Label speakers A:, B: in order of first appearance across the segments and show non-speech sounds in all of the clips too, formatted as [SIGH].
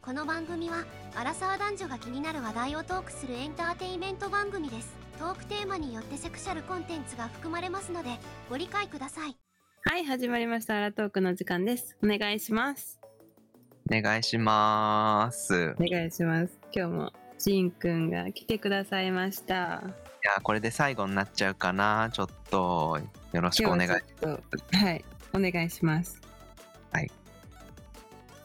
A: この番組はアラサー男女が気になる話題をトークするエンターテインメント番組ですトークテーマによってセクシャルコンテンツが含まれますのでご理解ください
B: はい、始まりました。アラトークの時間です。お願いします。
C: お願いします。
B: お願いします。今日もジンくんが来てくださいました。
C: いやー、これで最後になっちゃうかな。ちょっと、よろしくお願い。
B: 今日はちょっとはい、お願いします。
C: はい。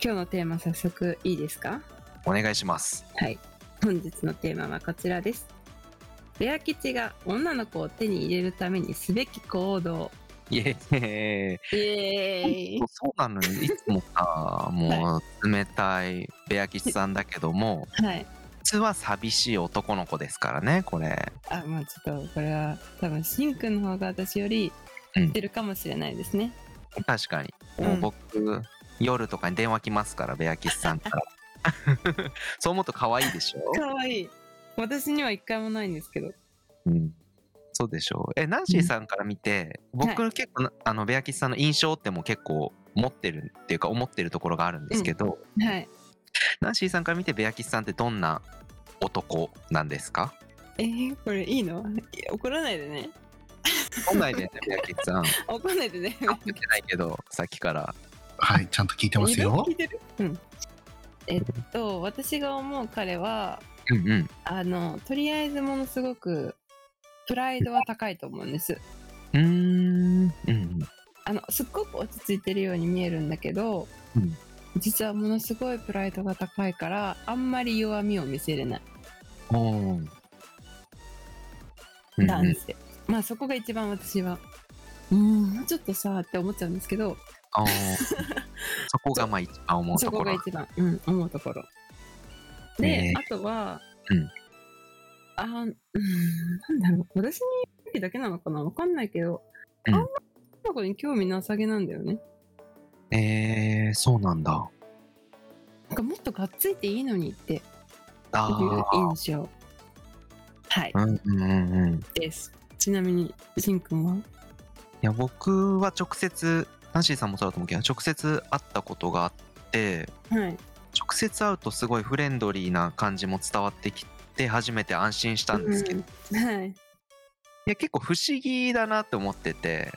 B: 今日のテーマ早速いいですか
C: お願いします。
B: はい。本日のテーマはこちらです。レア吉が女の子を手に入れるためにすべき行動。
C: イエーイ。
B: イエーイ
C: そうなのに、いつも
B: [LAUGHS]
C: さ、もう冷たいベアキチさんだけども、
B: はい。
C: 実は寂しい男の子ですからね、これ。
B: あ、まあちょっとこれは多分ジンくんの方が私より知ってるかもしれないですね。
C: 確かに。
B: うん
C: もう僕、夜とかに電話来ますから、ベアキチさん
B: [LAUGHS]
C: から。そう思うと可愛いでしょ、
B: かわいい私には一回もないんですけど
C: うん、そうでしょう。え、ナンシーさんから見て、僕結構な、あの、ベアキチさんの印象ってもう結構持ってるっていうか、思ってるところがあるんですけど、
B: はい
C: ナンシーさんから見てベアキチさんってどんな男なんですか
B: えー、これいいのいや怒らないでね
C: 本来でベアキチ [LAUGHS] さん。
B: 怒らないでね
C: 言ってないけど、さっきから。
D: はい、ちゃんと聞いてますよ
B: 聞。いてるうんえっと私が思う彼は
C: うんうん。
B: あのとりあえずものすごくプライドは高いと思うんです
C: うーん。うん
B: あのすっごく落ち着いてるように見えるんだけど、
C: うん
B: 実はものすごいプライドが高いからあんまり弱みを見せれない
C: うん。おーうん
B: 男性、まあそこが一番私はうんもうちょっとさって思っちゃうんですけど
C: おーそこがまあ一番思う
B: そ
C: と
B: こ
C: こ
B: が
C: ろ。
B: 一番、うん、思うところ。で、
C: ねえ
B: あとは、
C: うん
B: あーうん、なんだろう、私に言う時だけなのかなわかんないけど、
C: うん
B: あんまり女の子に興味なさげなんだよね。
C: えー、そうなんだ。
B: なんかもっとがっついていいのにっていう
C: [LAUGHS] ああ。
B: 印象。はい、
C: うんうんうんうん。い
B: です。ちなみに、しんくんは
C: や、僕は直接、ナンシーさんもそうだと思うけど、直接会ったことがあって、
B: はい。
C: 直接会うとすごいフレンドリーな感じも伝わってきて、初めて安心したんですけど、
B: うんはい。
C: いや結構不思議だなって思っ
B: [LAUGHS]
C: てて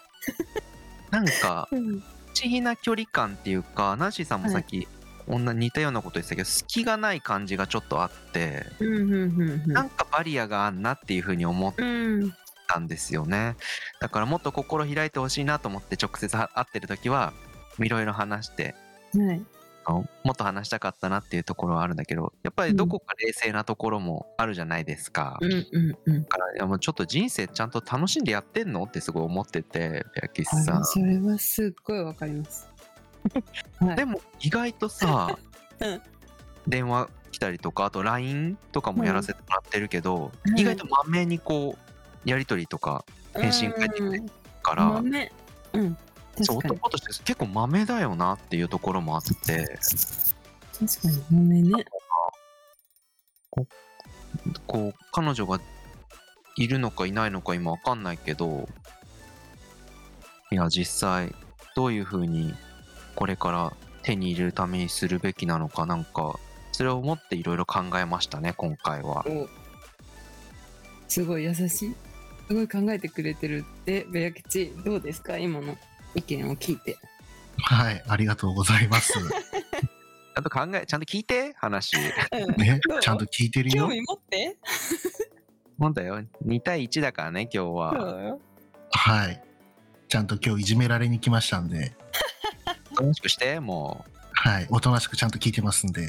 C: なんか
B: うん
C: 不思議な距離感っていうかナンシーさんもさっき、女似たようなこと言ってたけど隙がない感じがちょっとあって、
B: うん、うん、うん
C: なんかバリアがあんなっていうふうに思っ
B: うん。うん。
C: たんですよねだからもっと心開いてほしいなと思って直接は会ってる時はいろいろ話して
B: はい。
C: あのもっと話したかったなっていうところはあるんだけどやっぱりどこか冷静なところもあるじゃないですか、
B: うん、うん、うん
C: だ。からいやもうちょっと人生ちゃんと楽しんでやってんのってすごい思っててベアキスさ
B: あ
C: ん
B: それはすっごいわかります。はい
C: でも意外とさ、
B: [LAUGHS] うん
C: 電話来たりとかあと LINE とかもやらせてもらってるけど、
B: うん
C: 意外とまめにこうやり取りとか返信返ってくれるから、
B: 豆うん
C: そう
B: 確かに
C: 男として結構まめだよなっていうところもあって
B: 確かに豆ね
C: こう彼女がいるのかいないのか今わかんないけどいや実際どういうふうにこれから手に入れるためにするべきなのかなんかそれを思っていろいろ考えましたね今回は。
B: おすごい優しいすごい考えてくれてるってベラ吉どうですか今の意見を聞いて
D: はい、ありがとうござ
B: [LAUGHS]
D: います。
C: ちゃんと考え、ちゃんと聞いて、話。
D: ね
B: どう、
D: ちゃんと聞いてる
B: 興
D: よ。
B: 味持って
C: なんだよ。2対1だからね、今日
B: そ
C: は。
B: うよ
D: はい。ちゃんと今日いじめられに来ましたんで、
C: 楽しくして、もう。
D: はい、おとなしくちゃんと聞いてますんで、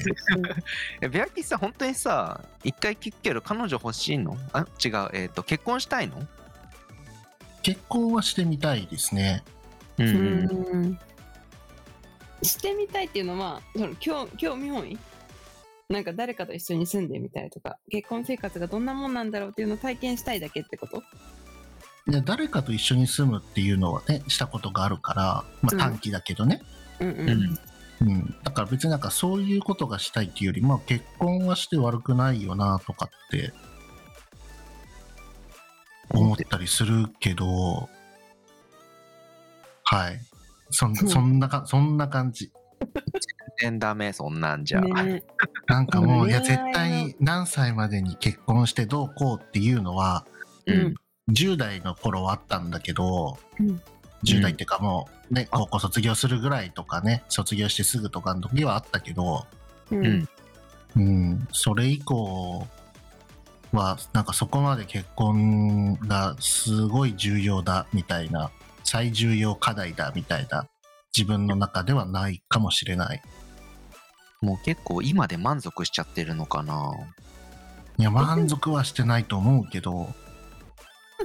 C: え、ベアキさん、本当にさ、一回聞くけど、彼女欲しいのあ、違う。えっ、と、結婚したいの
D: 結婚はしてみたいですね。
B: う
C: う
B: ん
C: うん。
B: んしてみたいっていうのはその興興味本位なんか誰かと一緒に住んでみたいとか結婚生活がどんなもんなんだろうっていうのを体験したいだけってこと
D: で誰かと一緒に住むっていうのはね、したことがあるから、ま
B: う
D: あ
B: ん
D: 短期だけどね。
B: うんうん、
C: うん
D: うん。だから別になんかそういうことがしたいっていうより、まあ結婚はして悪くないよなとかって思ったりするけど、はい。そん、そんなか、そんな感じ。
C: 然ダメそんなんじゃ、
B: ね
D: なんかもう、いや、
B: 恋愛
D: 絶
B: の
D: 対に何歳までに結婚してどうこうっていうのは、
B: えうん
D: 10代の頃はあったんだけど、
B: うん
D: 10代っていうかもうね、高校卒業するぐらいとかね、卒業してすぐとかの時はあったけど、
B: うん
C: うん
D: うん、それ以降は、なんかそこまで結婚がすごい重要だみたいな、最重要課題だみたいな、自分の中ではないかもしれない。
C: もう結構今で満足しちゃってるのかない
D: や、満足はしてないと思うけど、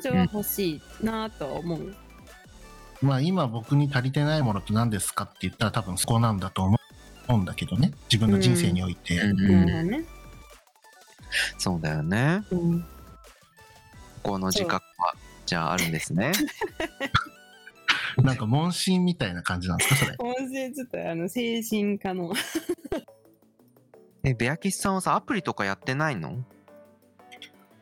B: 彼女は欲しいなとは思う
D: まあ今僕に足りてないものって何ですかって言ったら多分そこなんだと思うんだけどね自分の人生において、
B: なるほどね
C: そうだよね
B: うん
C: ここの自覚はじゃああるんですね
D: なんか問診みたいな感じなんですかそれ
B: 音声ちょっとあの精神科の
C: えベアキスさんはさアプリとかやってないの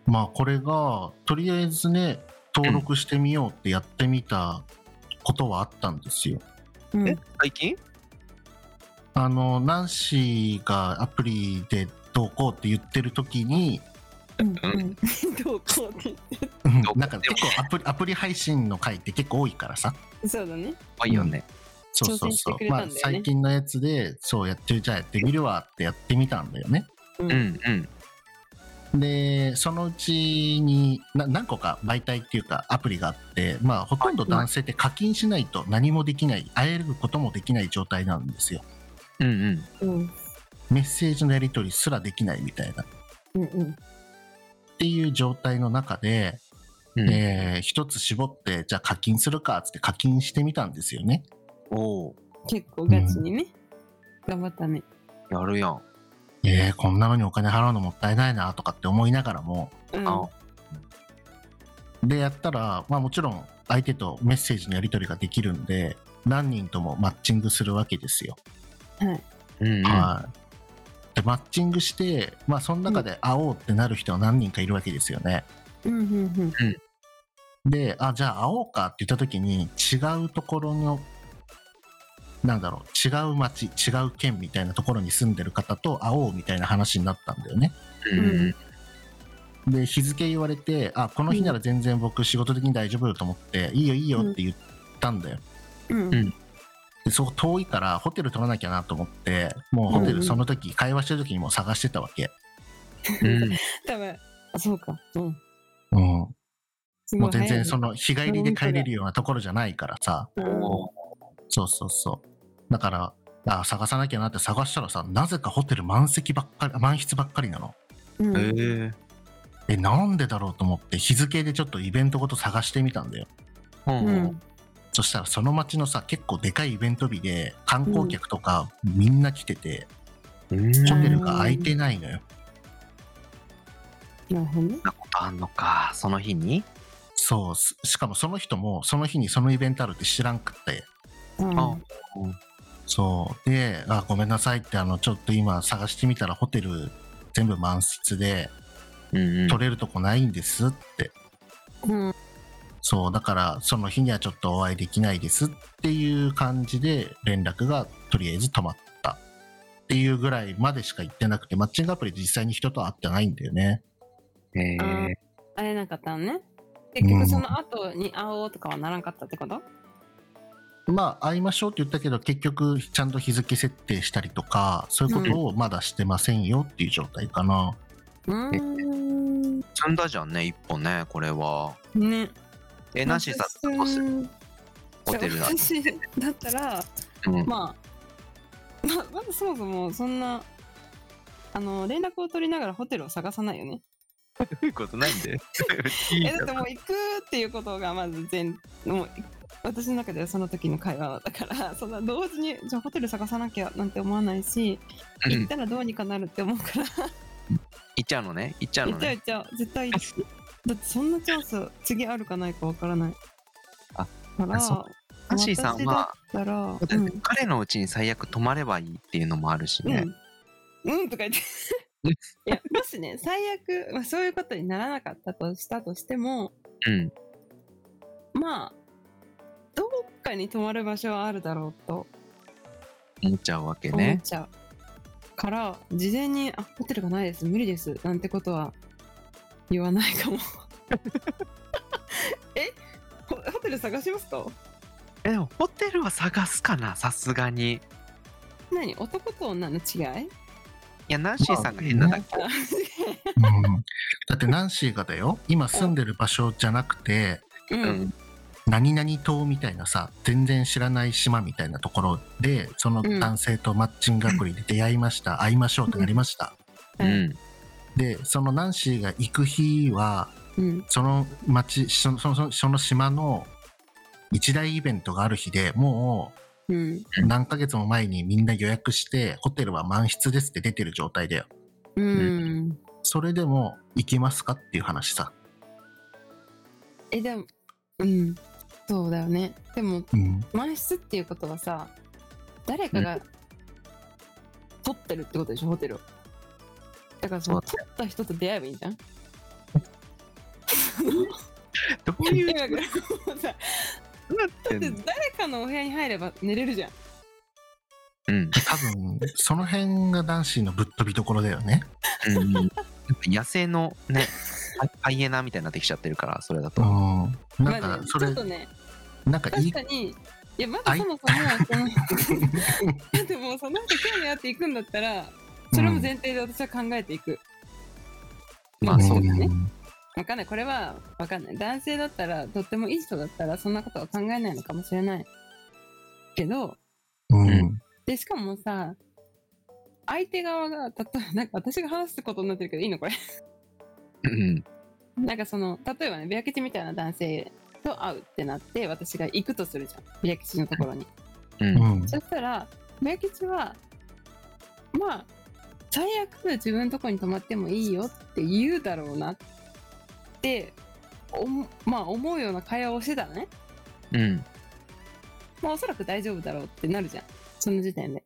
D: まあこれがとりあえずね登録してみようってやってみたことはあったんですよ
B: うん
C: え最近
D: あのナンシーがアプリでどうこうって言ってる時に
B: うんうん [LAUGHS] どうこうって
D: うん
C: どう
D: なんか結構アプリアプリ配信の回って結構多いからさ
B: そうだね
C: あいいよね、
D: そうそ
B: 挑
D: うそ
B: 戦してく
D: う、
B: れたんだ
D: ま
B: よ
D: あ
B: ね
D: 最近のやつでそうやってるじゃあやってみるわってやってみたんだよね
B: うん
C: うん、うん
D: でそのうちにな何個か媒体っていうかアプリがあって、まあ、ほとんど男性って課金しないと何もできない会えることもできない状態なんですよ
C: うんうん
B: うん
D: メッセージのやり取りすらできないみたいなっ
B: うんうん
D: ていう状態の中で、
C: うん
D: えー一つ絞ってじゃあ課金するかっつって課金してみたんですよね
C: おお
B: 結構ガチにね頑張ったね
C: やるやん
D: えーこんなのにお金払うのもったいないなとかって思いながらも
B: うん
C: あ
D: でやったら、まあ、もちろん相手とメッセージのやり取りができるんで何人ともマッチングするわけですよ
C: うんうん
D: はい。で、マッチングして、まあ、その中で会おうってなる人は何人かいるわけですよね。
B: うんうんうん
D: で、あ、じゃあ会おうかって言った時に、違うところの、なんだろう、違う町、違う県みたいなところに住んでる方と会おうみたいな話になったんだよね。
C: うんうん
D: で、日付言われて、あ、この日なら全然僕仕事的に大丈夫だと思って、いいよいいよって言ったんだよ。
B: うん
D: で、そこ遠いからホテル取らなきゃなと思って、もうホテルその時、会話してる時にもう探してたわけ。
C: うん
B: 多分あそうかうん
D: うん。
B: すご
D: もう
B: い早
D: 全
B: い
D: 然
B: ね
D: その日帰りで帰れるようなところじゃないからさ、
B: うん
D: そうそうそう。だから、あ探さなきゃなって探したらさ、なぜかホテル満席ばっかり、満室ばっかりなの。
B: うん
C: へえ
D: え、なんでだろうと思って日付でちょっとイベントごと探してみたんだよ。
C: うん
B: う
C: うん
B: ん
D: そしたらその街のさ、結構でかいイベント日で観光客とかみんな来てて、
C: うん
D: ホテルが空いてないのよ。
B: なるほどね
C: なことあんのかその日に
D: そう、すしかもその人もその日にそのイベントあるって知らんくって。
B: うん
C: あ
D: そう。で、あ、ごめんなさいって、あの、ちょっと今探してみたらホテル全部満室で、
C: うんうん
D: 取れるとこないんですって。
B: うん
D: そう、だから、その日にはちょっとお会いできないですっていう感じで、連絡がとりあえず止まったっていうぐらいまでしか行ってなくて、マッチングアプリで実際に人と会ってないんだよね。
C: へ
B: あ
C: え
B: 会えなかったのね結局その後に会おうとかはならんかったってこと
D: まあ、会いましょうって言ったけど、結局、ちゃんと日付設定したりとか、そういうことをまだしてませんよっていう状態かな。
B: うん
C: 積んだじゃんね一歩ねこれは
B: ね
C: えなしさ
B: 私
C: んどうするホテルだ
B: 私だったら
C: うん
B: まあままずそもそもそんなあの連絡を取りながらホテルを探さないよね
C: ういうこと [LAUGHS] ないんで
B: えだってもう行くっていうことがまず全もう私の中ではその時の会話だからそんな同時にじゃあホテル探さなきゃなんて思わないし
C: うん
B: 行ったらどうにかなるって思うから
C: 行っちゃうのね行っちゃう
B: 行
C: の
B: っちゃう
C: ね
B: 行っちゃう絶対行くだってそんなチャンス次あるかないかわからない
C: あ
B: だから
C: そうナンシーさんは
B: 私だったらうん
C: 彼のうちに最悪泊まればいいっていうのもあるしね
B: うん、うんと [LAUGHS] か言っていやもしね最悪、まあ、そういうことにならなかったとしたとしても
C: うん
B: まあどっかに泊まる場所はあるだろうと
C: 思っちゃうわけ
B: 思っ
C: ね。
B: ちゃうから事前に「あホテルがないです無理です」なんてことは言わない [LAUGHS] かもえホホテル探しますか
C: えでもホテルは探すかなさすがに。
B: 何男と女の違い
C: いやナンシーさんが変なだけ。
B: あ
D: うんだってナンシーがだよ今住んでる場所じゃなくて
B: 違う
C: う
B: うん
C: ん
D: 何々島みたいなさ全然知らない島みたいなところでその男性とマッチングアプリで出会いました、会いましょうってなりました、
C: う
B: はい
C: ん
D: でそのナンシーが行く日は
B: うん
D: その町そのそのその島の一大イベントがある日でもう
B: うん
D: 何ヶ月も前にみんな予約してホテルは満室ですって出てる状態だよ
B: うん
D: それでも行きますかっていう話さ、
B: えでもうんそうだよねでも
D: うん、
B: 満室っていうことはさ誰かが取ってるってことでしょホテルをだからその取った人と出会えばいいじゃん
C: どういう
B: い [LAUGHS] やだからさ
C: どうなって
B: だって
C: んの
B: 誰かのお部屋に入れば寝れるじゃん
C: うん
D: 多分その辺が男子のぶっ飛びどころだよね、
C: うんなんか野生のねハイハイエナみたいになってきちゃってるからそれだ
D: う
C: と。
D: ん、なん
B: まあ
D: か
B: ね
D: そ
B: ちょ
D: れ
B: っとね
D: なんかい
B: 確
D: い
B: かにいやまだそもそも
D: [LAUGHS]
B: そのだってもうその人興味あって行くんだったらそれも前提で私は考えていく、
C: まあそう
B: だね
D: ん
B: わかんないこれはわかんない男性だったらとってもいい人だったらそんなことは考えないのかもしれないけど
D: うん
C: うん
B: でしかもさ相手側が例えばなんか私が話すことになってるけどいいのこれ
C: うん
B: なんかその例えばねビア吉みたいな男性と会うってなって私が行くとするじゃんビア吉のところに、
C: う
D: うんん
B: そしたらビア吉はまあ最悪自分のとこに泊まってもいいよって言うだろうなっておもまあ思うような会話をしてたのね
C: うん
B: まあおそらく大丈夫だろうってなるじゃんその時点で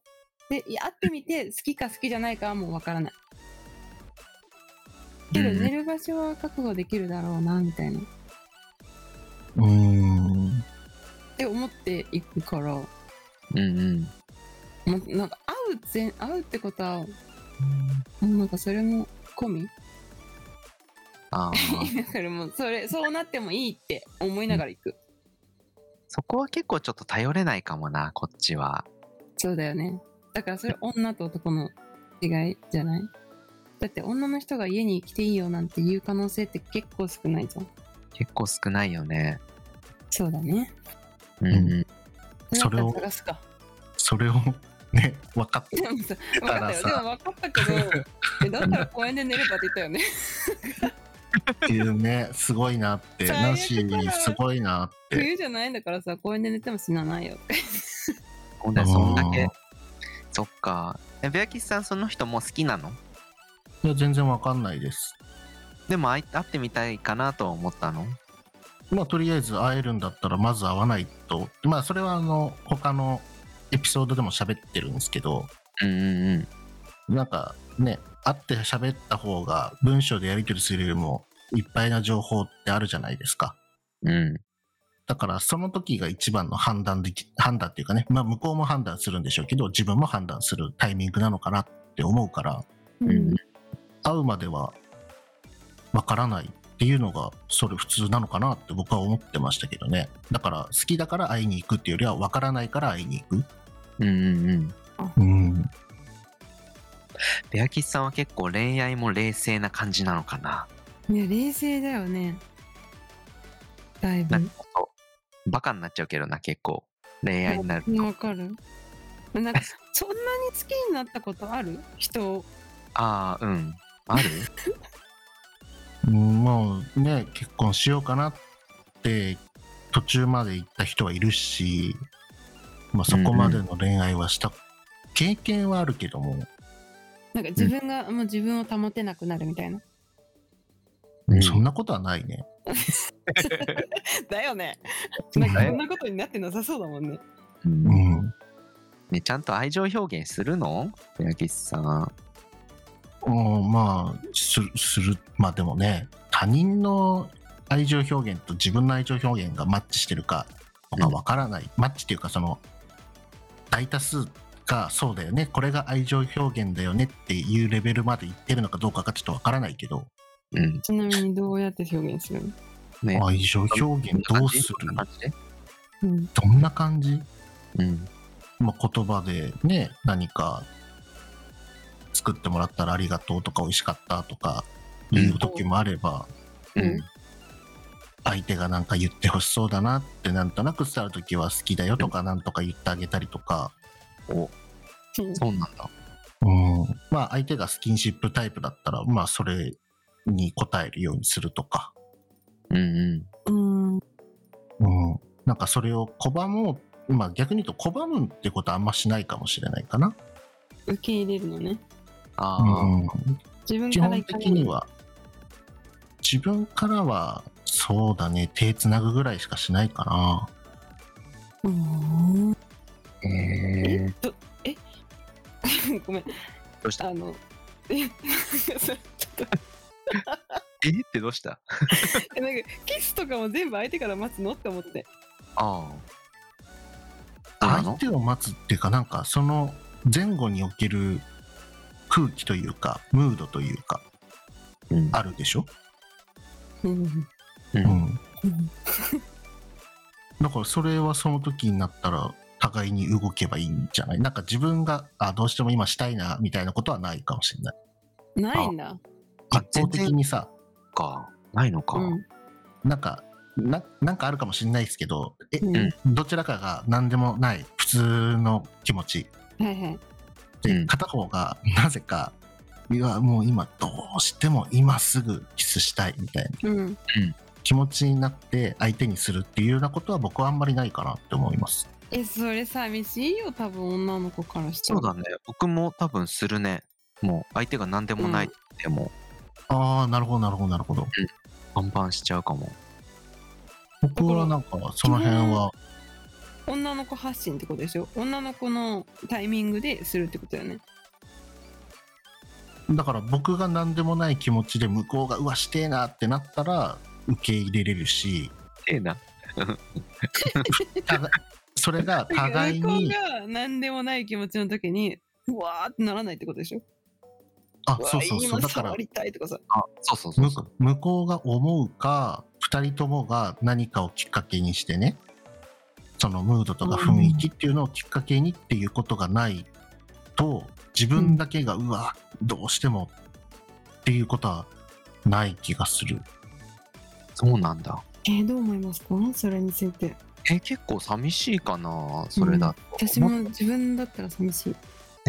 B: でいや会ってみて [LAUGHS] 好きか好きじゃないかはもうわからないけど
C: うん
B: 寝る場所は確保できるだろうなみたいな
D: うん
B: って思っていくから、も
C: うんうん
B: うなんか会う前会うってことは、もうなんかそれも込み [LAUGHS]
C: ああ
B: だからもうそれそうなってもいいって思いながら行く、
C: そこは結構ちょっと頼れないかもなこっちは。
B: そうだよねだからそれ女と男の違いじゃないだって女の人が家に来ていいよなんて言う可能性って結構少ないじゃん
C: 結構少ないよね。
B: そうだね
C: うんうん、
D: それを
B: だったら探すか
D: それをね分かって
B: でもさ分
D: た
B: かっ
D: ら
B: たよ
D: さ
B: でも分かったけどえだったら公園で寝ればって言ったよね
D: ってい
B: [LAUGHS]
D: うねすごいなって
B: 最悪
D: ナンシーすごいなって
B: 冬じゃないんだからさ公園で寝ても死なないよって
C: ほんでそんだ
D: う
C: け
D: ん。
C: そっか。えベアキスさんその人もう好きなの
D: いや全然分かんないです
C: でも会い会ってみたいかなとは思ったの
D: まあとりあえず会えるんだったらまず会わないとまあそれはあの他のエピソードでも喋ってるんですけど
C: うんうん
D: なんかね会って喋った方が文章でやり取りするよりもいっぱいな情報ってあるじゃないですか
C: うん。うん
D: だからその時が一番の判断でき判断っていうかねまあ向こうも判断するんでしょうけど自分も判断するタイミングなのかなって思うから
C: うん
D: 会うまではわからないっていうのがそれ普通なのかなって僕は思ってましたけどねだから好きだから会いに行くっていうよりはわからないから会いに行く
C: うんうんうん。
D: うん
C: ベアキスさんは結構恋愛も冷静な感じなのかな。
B: ね冷静だよねだい
C: なん
B: ぶ
C: かこうバカになっちゃうけどな結構恋愛になる。
B: わかるなんかそんなに好きになったことある人を
C: ああうん。ある
D: うんもうね結婚しようかなって途中まで行った人はいるし、まあ、そこまでの恋愛はした経験はあるけども、
B: なんか自分が、もう自分を保てなくなるみたいな
C: うん
D: そんなことはないね
B: だよね
D: うん
B: なんかそんなことになってなさそうだもんね
C: うん
D: うん、
C: ね、ちゃんと愛情表現するのベアキスさん。
D: うん、まあするするまあでもね他人の愛情表現と自分の愛情表現がマッチしてるかとかわからない、マッチっていうかその大多数がそうだよねこれが愛情表現だよねっていうレベルまでいってるのかどうかがちょっとわからないけど
C: うん。
B: ちなみにどうやって表現するの、
C: ね。
D: 愛情表現どうする
C: こんな感じで
B: うん、
D: どんな感じ、
C: うん。
D: まあ、言葉でね何か作ってもらったらありがとうとか美味しかったとかいう時もあれば、
C: うん。
D: 相手がなんか言ってほしそうだなってなんとなく伝わる時は好きだよとかなんとか言ってあげたりとか、
C: お、そうなんだ。
D: うん、まあ相手がスキンシップタイプだったらまあそれに応えるようにするとか、
C: うんうん。
B: うん
D: うん、なんかそれを拒もう、まあ、逆に言うと拒むってことはあんましないかもしれないかな、
B: 受け入れるのね
C: あ
D: う
C: あ、
D: ん、
B: 自分
D: 基
B: から行か
D: 本
B: ない
D: 的には自分からはそうだね手つなぐぐらいしかしないかな
B: うん [LAUGHS]
C: へえ。
B: どえごめん
C: どうした
B: あのえなんかさちょっ
C: えってどうした
B: とえなんかキスとかも全部相手から待つのって思って
C: ああ。そうな
D: 相
C: の
D: 手を待つっていうかなんかその前後における空気というかムードというか
C: うん
D: あるでしょ、
B: うん
C: う。
D: うんん、だからそれはその時になったら互いに動けばいいんじゃないなんか自分があどうしても今したいなみたいなことはないかもしれない
B: ないんだ
C: あ
D: 一方的にさ
C: か。ないのか。
B: うん
D: なんかななんかあるかもしれないですけどえ、
B: うん
C: うん
D: どちらかが何でもない普通の気持ち
B: はいはい
D: で、
C: うん
D: 片方がなぜかいやもう今どうしても今すぐキスしたいみたいな
B: うん
D: 気持ちになって相手にするっていうようなことは僕はあんまりないかなって思います
B: えそれ寂しいよ多分女の子からした
C: そ
B: ら
C: うだね。僕も多分するね。もう相手が何でもないでも、
D: ああなるほどなるほどなるほど
C: バンバンしちゃうかも。
D: 僕はなんかその辺は
B: 女の子発信ってことでしょ女の子のタイミングでするってことだよね
D: だから僕が何でもない気持ちで向こうがうわしてえなってなったら受け入れれ
B: [LAUGHS]
D: るし
C: ええな。
D: ただそれが互い
B: 向こ [LAUGHS] う
D: に
B: が何でもない気持ちの時にうわーってならないってことでしょ
D: あ
B: うわ
D: そうそうそうだ
B: 今
D: から
B: 触りたいとかさ
C: あ、そうそうそう
D: 向
C: そう。
D: 向こうが思うか2人ともが何かをきっかけにしてねそのムードとか雰囲気っていうのをきっかけにっていうことがないと自分だけがうわどうしてもっていうことはない気がする
C: そうなんだ。
B: えーどう思いますかそれについて
C: え、結構寂しいかな。それだと。
B: 私も自分だったら寂しい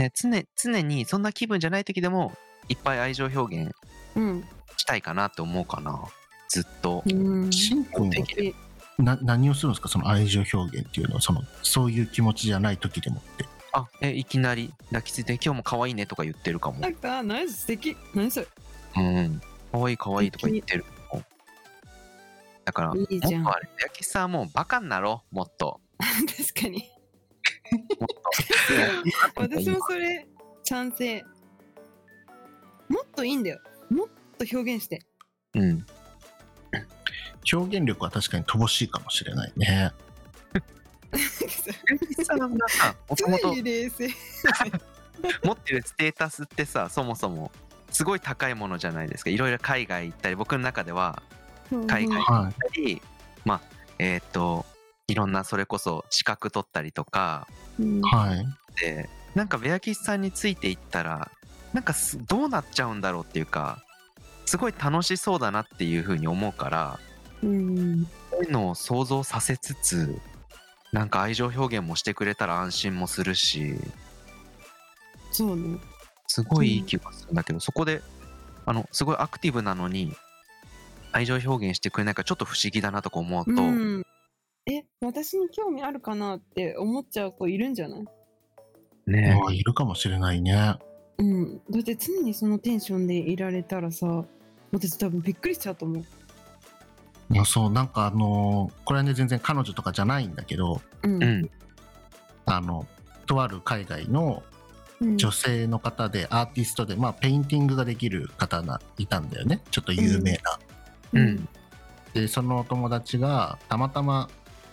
C: ね、常常にそんな気分じゃない時でもいっぱい愛情表現
B: うん
C: したいかなって思うかなずっと
B: うん
D: しんくんは
C: できる
D: な何をするんですかその愛情表現っていうのはそのそういう気持ちじゃない時でもって
C: あえいきなり抱きついて今日も可愛いねとか言ってるかも
B: なんかナイス素敵何それ [LAUGHS]
C: うん可愛い可愛いとか言ってるだから
B: いいじゃん
C: もっとあれやきさんもうバカになろうもっと
B: 確かに
C: もっと
B: [LAUGHS] 私もそれ賛成もっといいんだよもっと表現して
C: うん
D: 表現力は確かに乏しいかもしれないね
C: やきさん
B: [LAUGHS]
C: がさもとも
B: 常
C: と
B: に冷静
C: 持ってるステータスってさそもそもすごい高いものじゃないですかいろいろ海外行ったり僕の中では海外
D: は
C: ったり、まあ、えーっ、と、いろんなそれこそ資格取ったりとか、
B: うん
D: いはい
C: で、なんかベアキスさんについていったら、なんかすどうなっちゃうんだろうっていうか、すごい楽しそうだなっていうふうに思うから、
B: うん
C: そういうのを想像させつつ、なんか愛情表現もしてくれたら安心もするし、
B: そうね
C: すごいいい気がするんだけど、そこで、あの、すごいアクティブなのに、愛情表現してくれないからちょっと不思議だなとか思うと、
B: うん、え私に興味あるかなって思っちゃう子いるんじゃない
C: ね
D: ああいるかもしれないね
B: うんだって常にそのテンションでいられたらさ私多分びっくりしちゃうと思う
D: いやそうなんかあのーこれはね全然彼女とかじゃないんだけど
B: うん
C: うん、
D: あのとある海外の
B: うん
D: 女性の方でアーティストで、まあ、ペインティングができる方がいたんだよねちょっと有名な。
C: うん、
D: でそのお友達がたまたま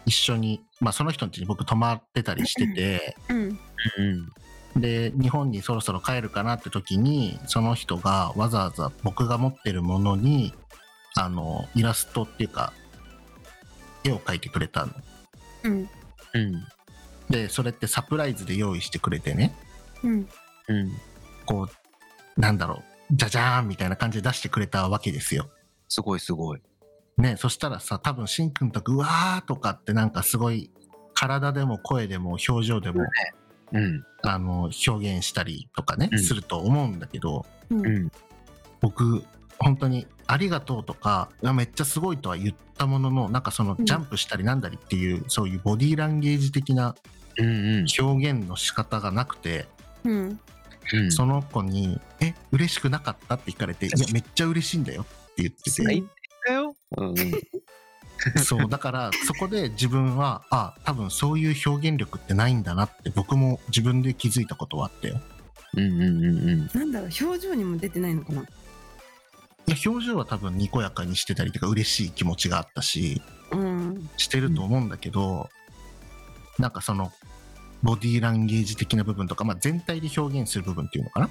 D: 一緒に、まあ、その人の家に僕泊まってたりしてて
B: うん
C: うん、
D: で日本にそろそろ帰るかなって時にその人がわざわざ僕が持ってるものにあのイラストっていうか絵を描いてくれたの
B: うん
C: うん
D: でそれってサプライズで用意してくれてね
B: うん
C: うん
D: こうなんだろうじゃじゃーんみたいな感じで出してくれたわけですよ。
C: すごいすごい
D: ねそしたらさ多分しんくんとかうわーとかってなんかすごい体でも声でも表情でも、
C: うん
D: あの表現したりとかね、
C: うん
D: すると思うんだけど
C: うん
D: 僕本当に「ありがとう」とか「うわめっちゃすごい」とは言ったもののなんかその
B: うん
D: ジャンプしたりなんだりっていう、そういうボディーランゲージ的な
C: うんうん
D: 表現の仕方がなくて、
B: うん
C: うん
D: その子に「え嬉しくなかった?」って聞かれて「いやめっちゃ嬉しいんだよ」って言って
B: [LAUGHS]
D: て
C: 最低だようんうん
D: [LAUGHS] そうだからそこで自分はあ多分そういう表現力ってないんだなって僕も自分で気づいたことはあったよ。
C: うんうんうんうん
B: なんだろう表情にも出てないのかない
D: や表情は多分にこやかにしてたりとか嬉しい気持ちがあったし
B: うん
D: してると思うんだけど、なんかそのボディーランゲージ的な部分とか、まあ、全体で表現する部分っていうのかな、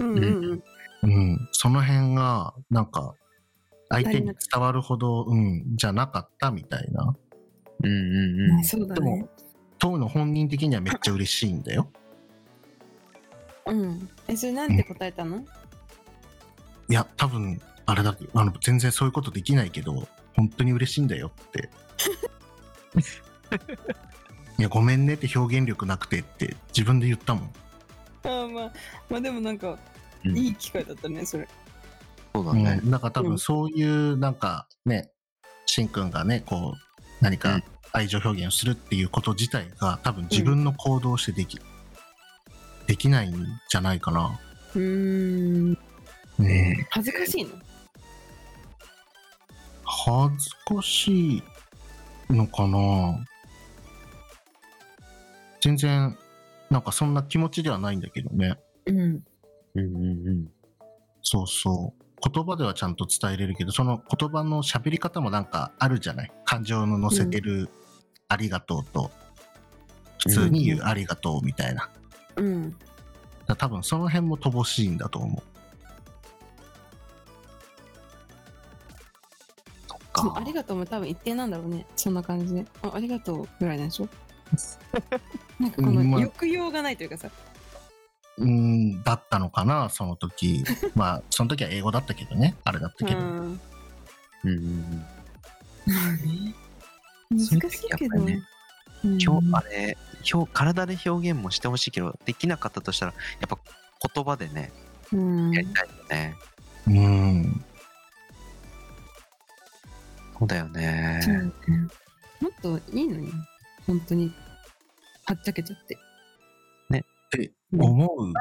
B: うんうん
D: うん、その辺がなんか相手
B: 足り
D: に
B: な
D: 伝わるほど、うん、じゃなかったみたいな
C: うんうん
B: う
C: うん
B: んそうだ
D: で
B: ね
D: も当の本人的にはめっちゃ嬉しいんだよ
B: うんえそれなんて答えたの
D: いや多分あれだけどあの全然そういうことできないけど本当に嬉しいんだよっていやごめんねって表現力なくてって自分で言ったもん
B: ああまあまあでもなんか
C: うん
B: いい機会だったねそれ
C: そうだね
D: ね、なんか多
B: う
D: 分
B: ん
D: そういうなんかねしんくんがねこう何
C: う
D: か
C: ん
D: 愛情表現をするっていうこと自体が多分自分の行動してでき、できないんじゃないかな。
B: うん
D: ね、
B: 恥ずかしいの
D: 恥ずかしいのかな全然なんかそんな気持ちではないんだけどね
B: うん
C: うんうんうん
D: そうそう言葉ではちゃんと伝えれるけどその言葉の喋り方もなんかあるじゃない感情の乗せてる「ありがとう」と普通に言う「ありがとう」みたいな、
B: うん
D: だから多分その辺も乏しいんだと思
C: そっ
B: そう
C: か
B: ありがとうも多分一定なんだろうねそんな感じであありがとうぐらいなん
C: [LAUGHS]
B: でしょなんかこ
D: うんま
B: の
D: あ
B: 抑揚がないというかさ
D: ううーんだったのかなその [LAUGHS] 時まあその時は英語だったけどねあれだったけど、
B: うん
C: うんうんうん
B: まあね
C: [LAUGHS] そういう
B: 難し
C: 時
B: いけ
C: やっぱり
B: ど
C: ね
B: うん
C: 今日あれ表体で表現もしてほしいけどできなかったとしたらやっぱ言葉でね
B: うん
C: やりたいよね、
D: うん
C: そうだよね
B: そうねもっといいのに本当にはっちゃけちゃって
D: 思う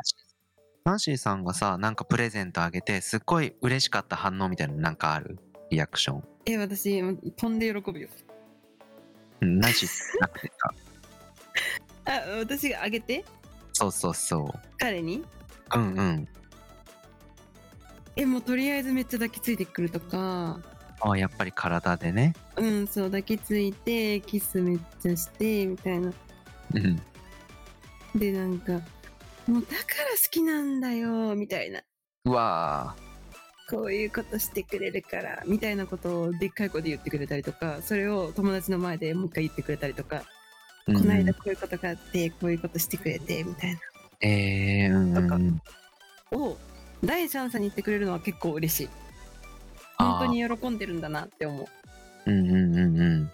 C: ナンシーさんがさなんかプレゼントあげてすっごい嬉しかった反応みたいなのなんかあるリアクション
B: え私飛んで喜ぶよ
C: うんナンシーさんなくてさ [LAUGHS]
B: あ私があげて
C: そうそうそ
B: 彼に
C: ううんうん
B: えもうとりあえずめっちゃ抱きついてくるとか
C: あやっぱり体でね
B: うんそう抱きついてキスめっちゃしてみたいな
C: うん
B: でなんかもうだから好きなんだよみたいな
C: うわ
B: こういうことしてくれるからみたいなことをでっかい声で言ってくれたりとかそれを友達の前でもう一回言ってくれたりとか、
C: ー
B: この
C: うんう
B: 間
C: ん
B: こういうことがあってこういうことしてくれてみたいな
C: えー、うんうんうん
B: を第三者に言ってくれるのは結構嬉しい
C: あー
B: 本当に喜んでるんだなって思
C: うんうんうんうん
B: う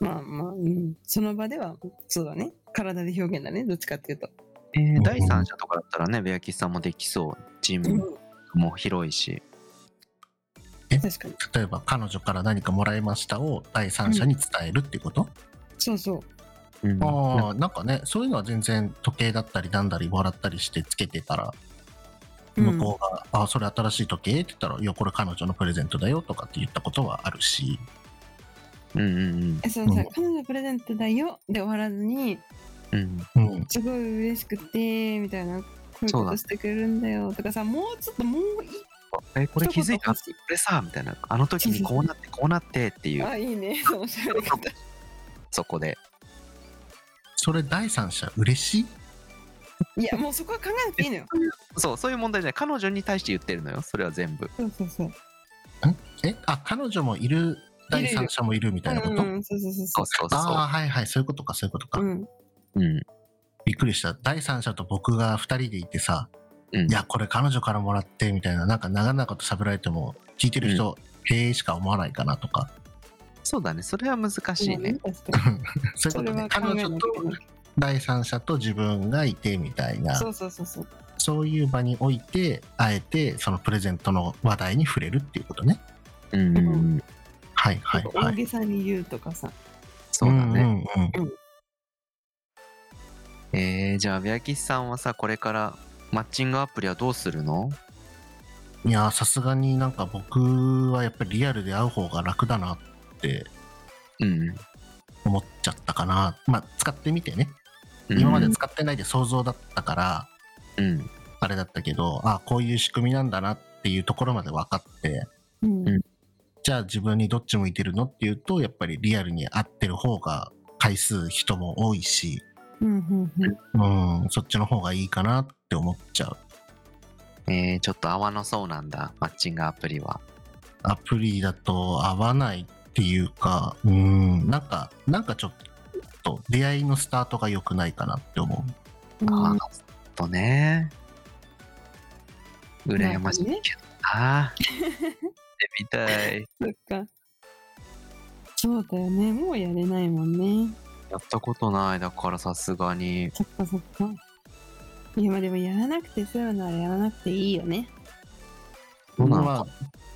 B: まあまあ、うん、その場ではそうだね体で表現だねどっちかっていうと、
C: えー、第三者とかだったらねベアキスさんもできそうチームも広いし
B: 確かに
D: 例えば彼女から何かもらいましたを第三者に伝えるっていうこと、
B: そうそう
C: うん
D: ああなんかねそういうのは全然時計だったりなんだりもらったりしてつけてたら向こうが「あそれ新しい時計?」って言ったら「いやこれ彼女のプレゼントだよ」とかって言ったことはあるし
C: うんうん
B: えそのさ、
D: うん
B: 彼女プレゼントだよで終わらずに
C: うんうん
D: うん
B: すごい嬉しくてみたいなこういう
C: そ
B: こ
C: うだ
B: としてくれるんだよとかさもうちょっともういい
C: えこれ気づいた
B: こ
C: これさみたいなあの時にこうなって [LAUGHS]
B: [LAUGHS]
C: こうなってっていう
B: あいいねその喋り方
C: そこで
D: それ第三者嬉しい
B: いやもうそこは考えなくていいのよ
C: そうそういう問題じゃない彼女に対して言ってるのよそれは全部
B: そうそうそう
D: えあ彼女もいる第三者もいるみたいなこと、
B: うんうん、そうそうそう
C: そ
B: そう
C: そう
D: あ
C: そ
D: あはいはいそういうことかそういうことか、
B: ううん
C: ううん
D: びっくりした第三者と僕が2人でいてさ、
C: うん
D: いやこれ彼女からもらってみたいななんか長々と喋られても聞いてる人、へえしか思わないかなとか
C: そうだねそれは難しいね
B: 確かに
D: そ
B: そ
D: ういうこ
B: れ
D: とね
B: は
D: 彼
B: 考えな
D: 女
B: く
D: と
B: ていい
D: 第三者と自分がいてみたいな
B: そうそうそうそう
D: そういう場においてあえてそのプレゼントの話題に触れるっていうことね
C: うんうんうん
D: はいはいは
B: 大
D: い
B: げさに言うとかさ
C: そうだね、
D: うんうんうん
C: えー、じゃあベアキスさんはさこれからマッチングアプリはどうするの
D: いやーさすがになんか僕はやっぱりリアルで会う方が楽だなって
C: うん
D: 思っちゃったかなまあ使ってみてね
C: うん
D: 今まで使ってないで想像だったから
C: うん
D: あれだったけどあこういう仕組みなんだなっていうところまで分かって
B: うん
C: うん
D: じゃあ自分にどっち向いてるのっていうとやっぱりリアルに会ってる方が回数人も多いし
B: うんうん
D: うんそっちの方がいいかなって思っちゃう
C: えー、ちょっと合わなそうなんだマッチングアプリは
D: アプリだと合わないっていうかうんなんかなんかちょっと出会いのスタートが良くないかなって思う
C: あ
B: う
C: あ
B: ん
C: ちょっとね羨ましいけどな行ってみ
B: [LAUGHS]
C: たい
B: そっかそうだよねもうやれないもんね
C: やったことないだからさすがに
B: そっかそっかいやまあでもやらなくて済むならやらなくていいよね
C: そうなのか
D: まあ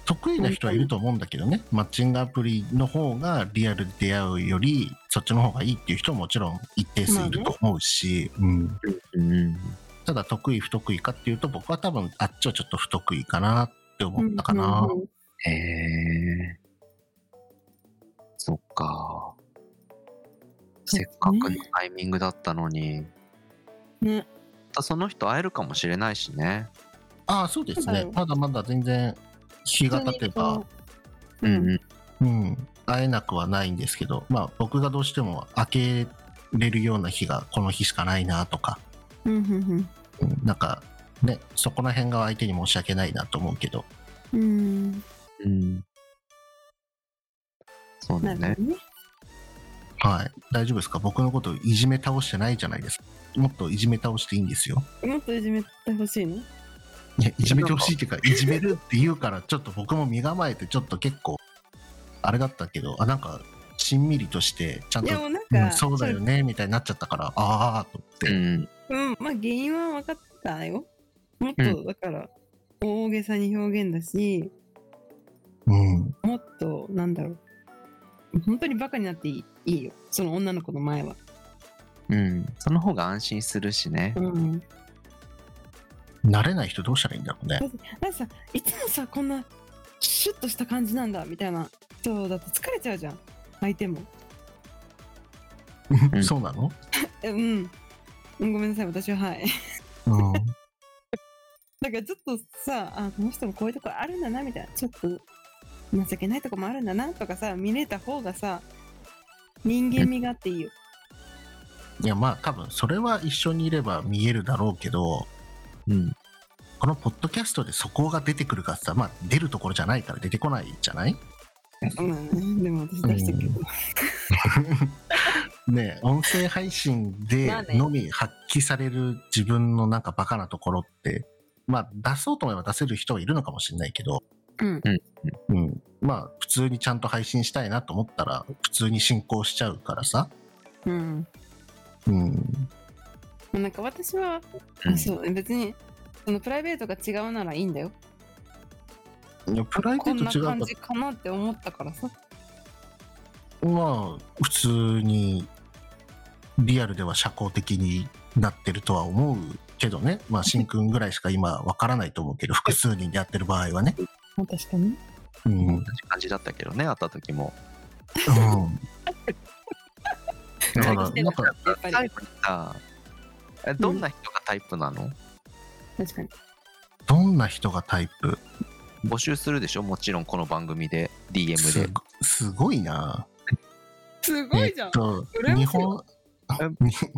D: 得意な人はいると思うんだけどねマッチングアプリの方がリアルで出会うよりそっちの方がいいっていう人ももちろん一定数いると思うし、うん、
C: うん
D: ただ得意不得意かっていうと僕は多分あっちはちょっと不得意かなって思ったかな、
B: うんうんうん
C: へえそっか
B: そう
C: せ
B: ね
C: っかくのタイミングだったのに、
B: ね
C: またその人会えるかもしれないしね
D: ああそうです
B: そうだ
D: ね
B: よ
D: まだまだ全然日が経てば
B: うん
C: うん
D: うん、会えなくはないんですけど、まあ、僕がどうしても開けれるような日がこの日しかないなとか、
B: うんうん
D: うんなんか、ね、そこら辺が相手に申し訳ないなと思うけど、
B: うんうん
C: うんそう
B: なる
C: だね
B: ほどね
D: はい、大丈夫ですか僕のこといじめ倒してないじゃないですか。もっといじめ倒していいんですよ。
B: もっといじめてほしいの
D: いや、いじめてほしいっていうか、いじめるって言うから、ちょっと僕も身構えて、ちょっと結構、あれだったけど、あ、なんか、しんみりとして、ちゃ
B: い
D: んと
B: や、もうなん
D: う
B: か、
D: んそうだよね、みたいになっちゃったから、ああ、と思って。
C: うん
B: そううんまあ原因は分かったよもっとだから大げさに表現だし
D: うん
B: もっとなんだろう本当にバカになっていいいいよその女の子の前は
C: うんその方が安心するしね
B: うん
D: 慣れない人どうしたらいいんだろうね。
B: なんかさいつもさこんなシュッとした感じなんだみたいな人だと疲れちゃうじゃん相手も
C: うん
D: そうなの、
B: えうんうんごめんなさい私ははい [LAUGHS]
D: うん、
B: だからちょっとさあこの人もこういうとこあるんだなみたいなちょっと情けないとこもあるんだなとかさ見れた方がさ人間味があっていいよ
D: いやまあ多分それは一緒にいれば見えるだろうけど
C: うん
D: このポッドキャストでそこが出てくるかってさまあ出るところじゃないから出てこないじゃない
B: まあねでも私出してるけど
D: ねえ音声配信で
B: まあね
D: のみ発揮される自分のなんかバカなところってまあ出そうと思えば出せる人はいるのかもしれないけど、
B: うん
D: うん、まあ普通にちゃんと配信したいなと思ったら普通に進行しちゃうからさ、
B: うん
D: うん、
B: まあなんか私は、
C: うん
B: そう別にそのプライベートが違うならいいんだよ
D: いやプライベ
B: こん
D: ー
B: な
D: ト違う
B: 感
D: と
B: じかなって思ったからさ
D: まあ普通にリアルでは社交的になってるとは思うけどねまあしんくんぐらいしか今わからないと思うけど複数人でやってる場合はね
B: まあ確かに
D: うん、
C: 同
D: うん
C: じ感じだったけどね会った時も
D: だから
B: 来て
D: な
B: な
D: ん
B: か
D: か
B: ったやっぱ
C: 最
B: り
C: 後にさえどんな人がタイプなの、
B: 確かに
D: どんな人がタイプ
C: 募集するでしょもちろんこの番組で [LAUGHS] DM です
D: すごいな
B: すごいじゃん
D: えっと
B: 羨ましい
D: 日本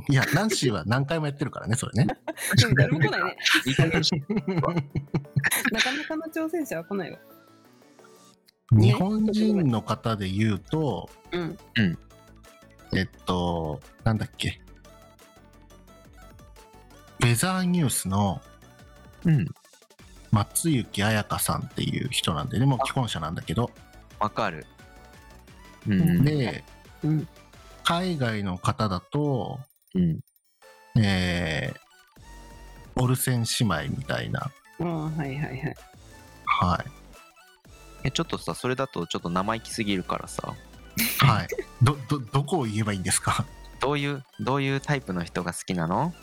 D: いや、ナンシーは何回もやってるからね、それね。
B: でも誰も来ないね。
C: いい加減にして
B: なかなかの挑戦者は来ないわ。
D: 日本人の方で言うと、
B: うん。
D: えっと、なんだっけ。ウェザーニュースの
C: うん、
D: 松雪彩香さんっていう人なんで、ね、もう既婚者なんだけど、
C: わかる。うん。
D: で、
B: うん。
D: 海外の方だと、
C: うん。
D: えー、オルセン姉妹みたいな、
B: ああ、はいはいはい。
D: は
C: え、ちょっとさ、それだとちょっと生意気すぎるからさ、
D: [LAUGHS] い、はい。ど、ど、どこを言えばいいんですか
C: どういう、どういうタイプの人が好きなの
D: [LAUGHS]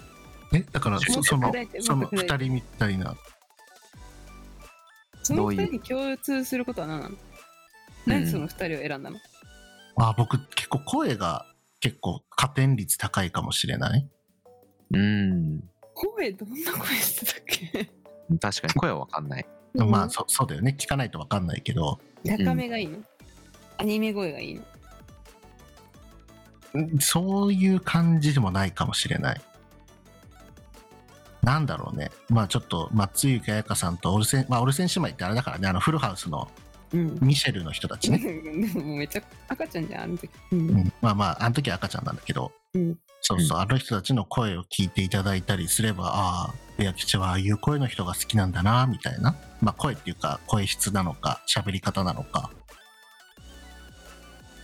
D: え、だ [LAUGHS] から、
B: も
D: そ
B: っと
D: その
B: 砕いて、
D: そ
B: も
D: の
B: っと砕い
D: 二
B: て
D: 人みたいな、
B: その二人に共通することは何なの何でその二人を選んだの
D: あ、僕、結構声が、結構加点率高いかもしれない。
C: うん。
B: 声、どんな声してたっけ
C: 確かに声はわかんない。
D: まあ、そ、そうだよね。聞かないとわかんないけど、
B: 高めがいいのアニメ声がいいの
D: んそういう感じでもないかもしれない。なんだろうね。まあちょっと、松雪彩香さんとオルセン、まあオルセン姉妹ってあれだからね、あのフルハウスの
B: うん。
D: ミシェルの人たちね。
B: でももうめっちゃ赤ちゃんじゃん、あの時。う。
D: うんん、まあまあ、あの時は赤ちゃんなんだけど、
B: うん
D: そうそう、あの人たちの声を聞いていただいたりすれば、ああ、ベア吉はああいう声の人が好きなんだな、みたいな。まあ声っていうか、声質なのか、喋り方なのか。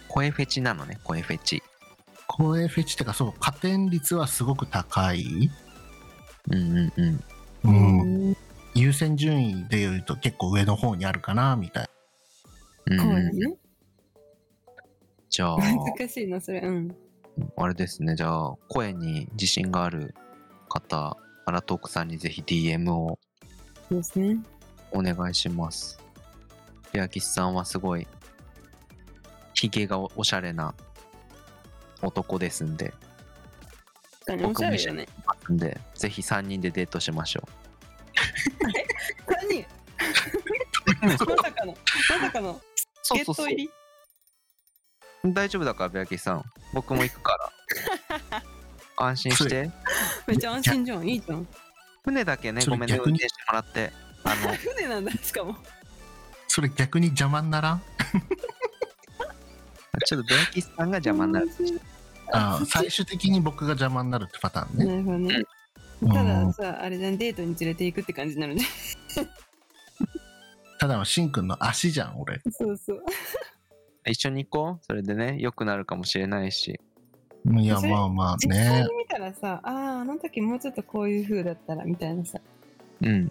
C: 声フェチなのね、声フェチ。
D: 声フェチってか、そう、加点率はすごく高い。
C: うんうんうん。
D: うん、優先順位で言うと結構上の方にあるかなみたい
C: う
D: な
C: ん
B: 声
C: うん、
B: ね。
C: じ
B: [LAUGHS]
C: ゃあ、
B: 難しいな、それ。うん。
C: あれですね、じゃあ、声に自信がある方、アラトークさんにぜひ DM を
B: そうですね。
C: お願いします。ペアキスさんはすごい、ヒゲがおしゃれな男ですんで、
B: 確かに、おしゃれだね。
C: んで、ぜひ3人でデートしましょ
B: [LAUGHS] 何まさかの、まさかの、
C: う。
B: ゲット入り
C: 大丈夫だから、ペアキスさん。僕も行く [LAUGHS] から。安心して。
B: めっちゃ安心じゃん、いいじゃん。
C: 船だけね、
D: それ
C: ごめんね、
D: 逆
C: 運
D: に
C: 転してもらって。あの、
B: 船なんだ、しかも。
D: それ逆に邪魔にならん
C: ちょっとペアキスさんが邪魔になる。
D: あー最終的に僕が邪魔になるってパターン
B: な
D: ね、
B: るほどね。
D: うん
B: たださ、あれじゃん、デートに連れて行くって感じになるね。
D: ただのしんくんの足じゃん俺
B: そうそう。
C: 一緒に行こう。それでね、良くなるかもしれないし。
D: いや
B: それ
D: まあまあ
B: 実際
D: ね
B: に見たらさ、ああ、あの時もうちょっとこういう風だったらみたいなさ、
C: うん。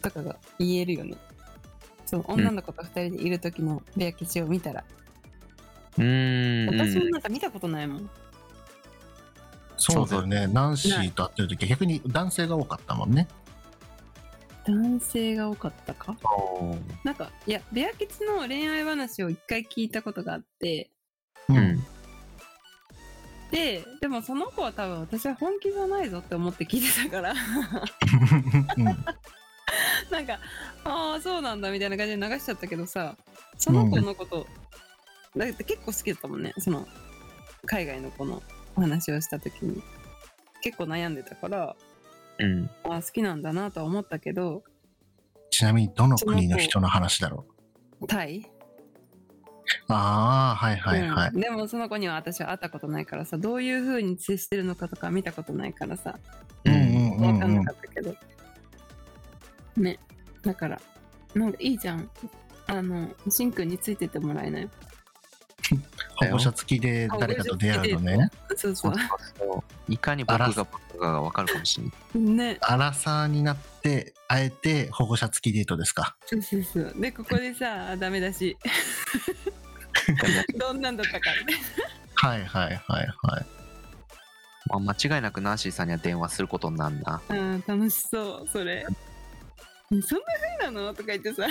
B: とかが言えるよね。そう、女の子と二人でいる時のベア吉を見たら、
C: うーん。
B: 私もなんか見たことないもん。
D: そうだよねナンシーと会ってる時は逆に男性が多かったもんね
B: 男性が多かったか
C: そう
B: なんか、いや、ベア吉の恋愛話を一回聞いたことがあって、
D: [LAUGHS] う、
C: うんん。
B: で、でもその子は多分私は本気じゃないぞって思って聞いてたから、 [LAUGHS]
D: うん
B: なんか、ああ、そうなんだみたいな感じで流しちゃったけどさ、その子のこと、だって結構好きだったもんね、その、海外の子のお話をした時に。結構悩んでたから、
C: うん。
B: あー好きなんだなとは思ったけど、
D: ちなみにどの国の人の話だろう
B: タイ、
D: ああはいはいはい、
B: うんでもその子には私は会ったことないからさ、どういう風に接してるのかとか見たことないからさ、
D: う、
C: うんん
D: うんう
B: わ
D: ん
B: か
D: うんん
B: なかったけど。ね、だから、なんかいいじゃん。あの、しんくんについてってもらえない
D: 保護者付きで誰かと出会うのね
B: [LAUGHS] そう
C: そ
B: そうう。
C: そうそういかに僕
D: あら
C: が僕が分かるかもしれない。
B: ね、
D: アラサーになってあえて保護者付きデートですか
B: そうそうそう。で、ここでさ、あダメだし、 [LAUGHS] どんなんだったかって。
D: はいはいはいはい
C: まあ、間違いなくナンシーさんには電話することになんな。
B: [LAUGHS] あー楽しそう、それ。そんな風なのとか言ってさ、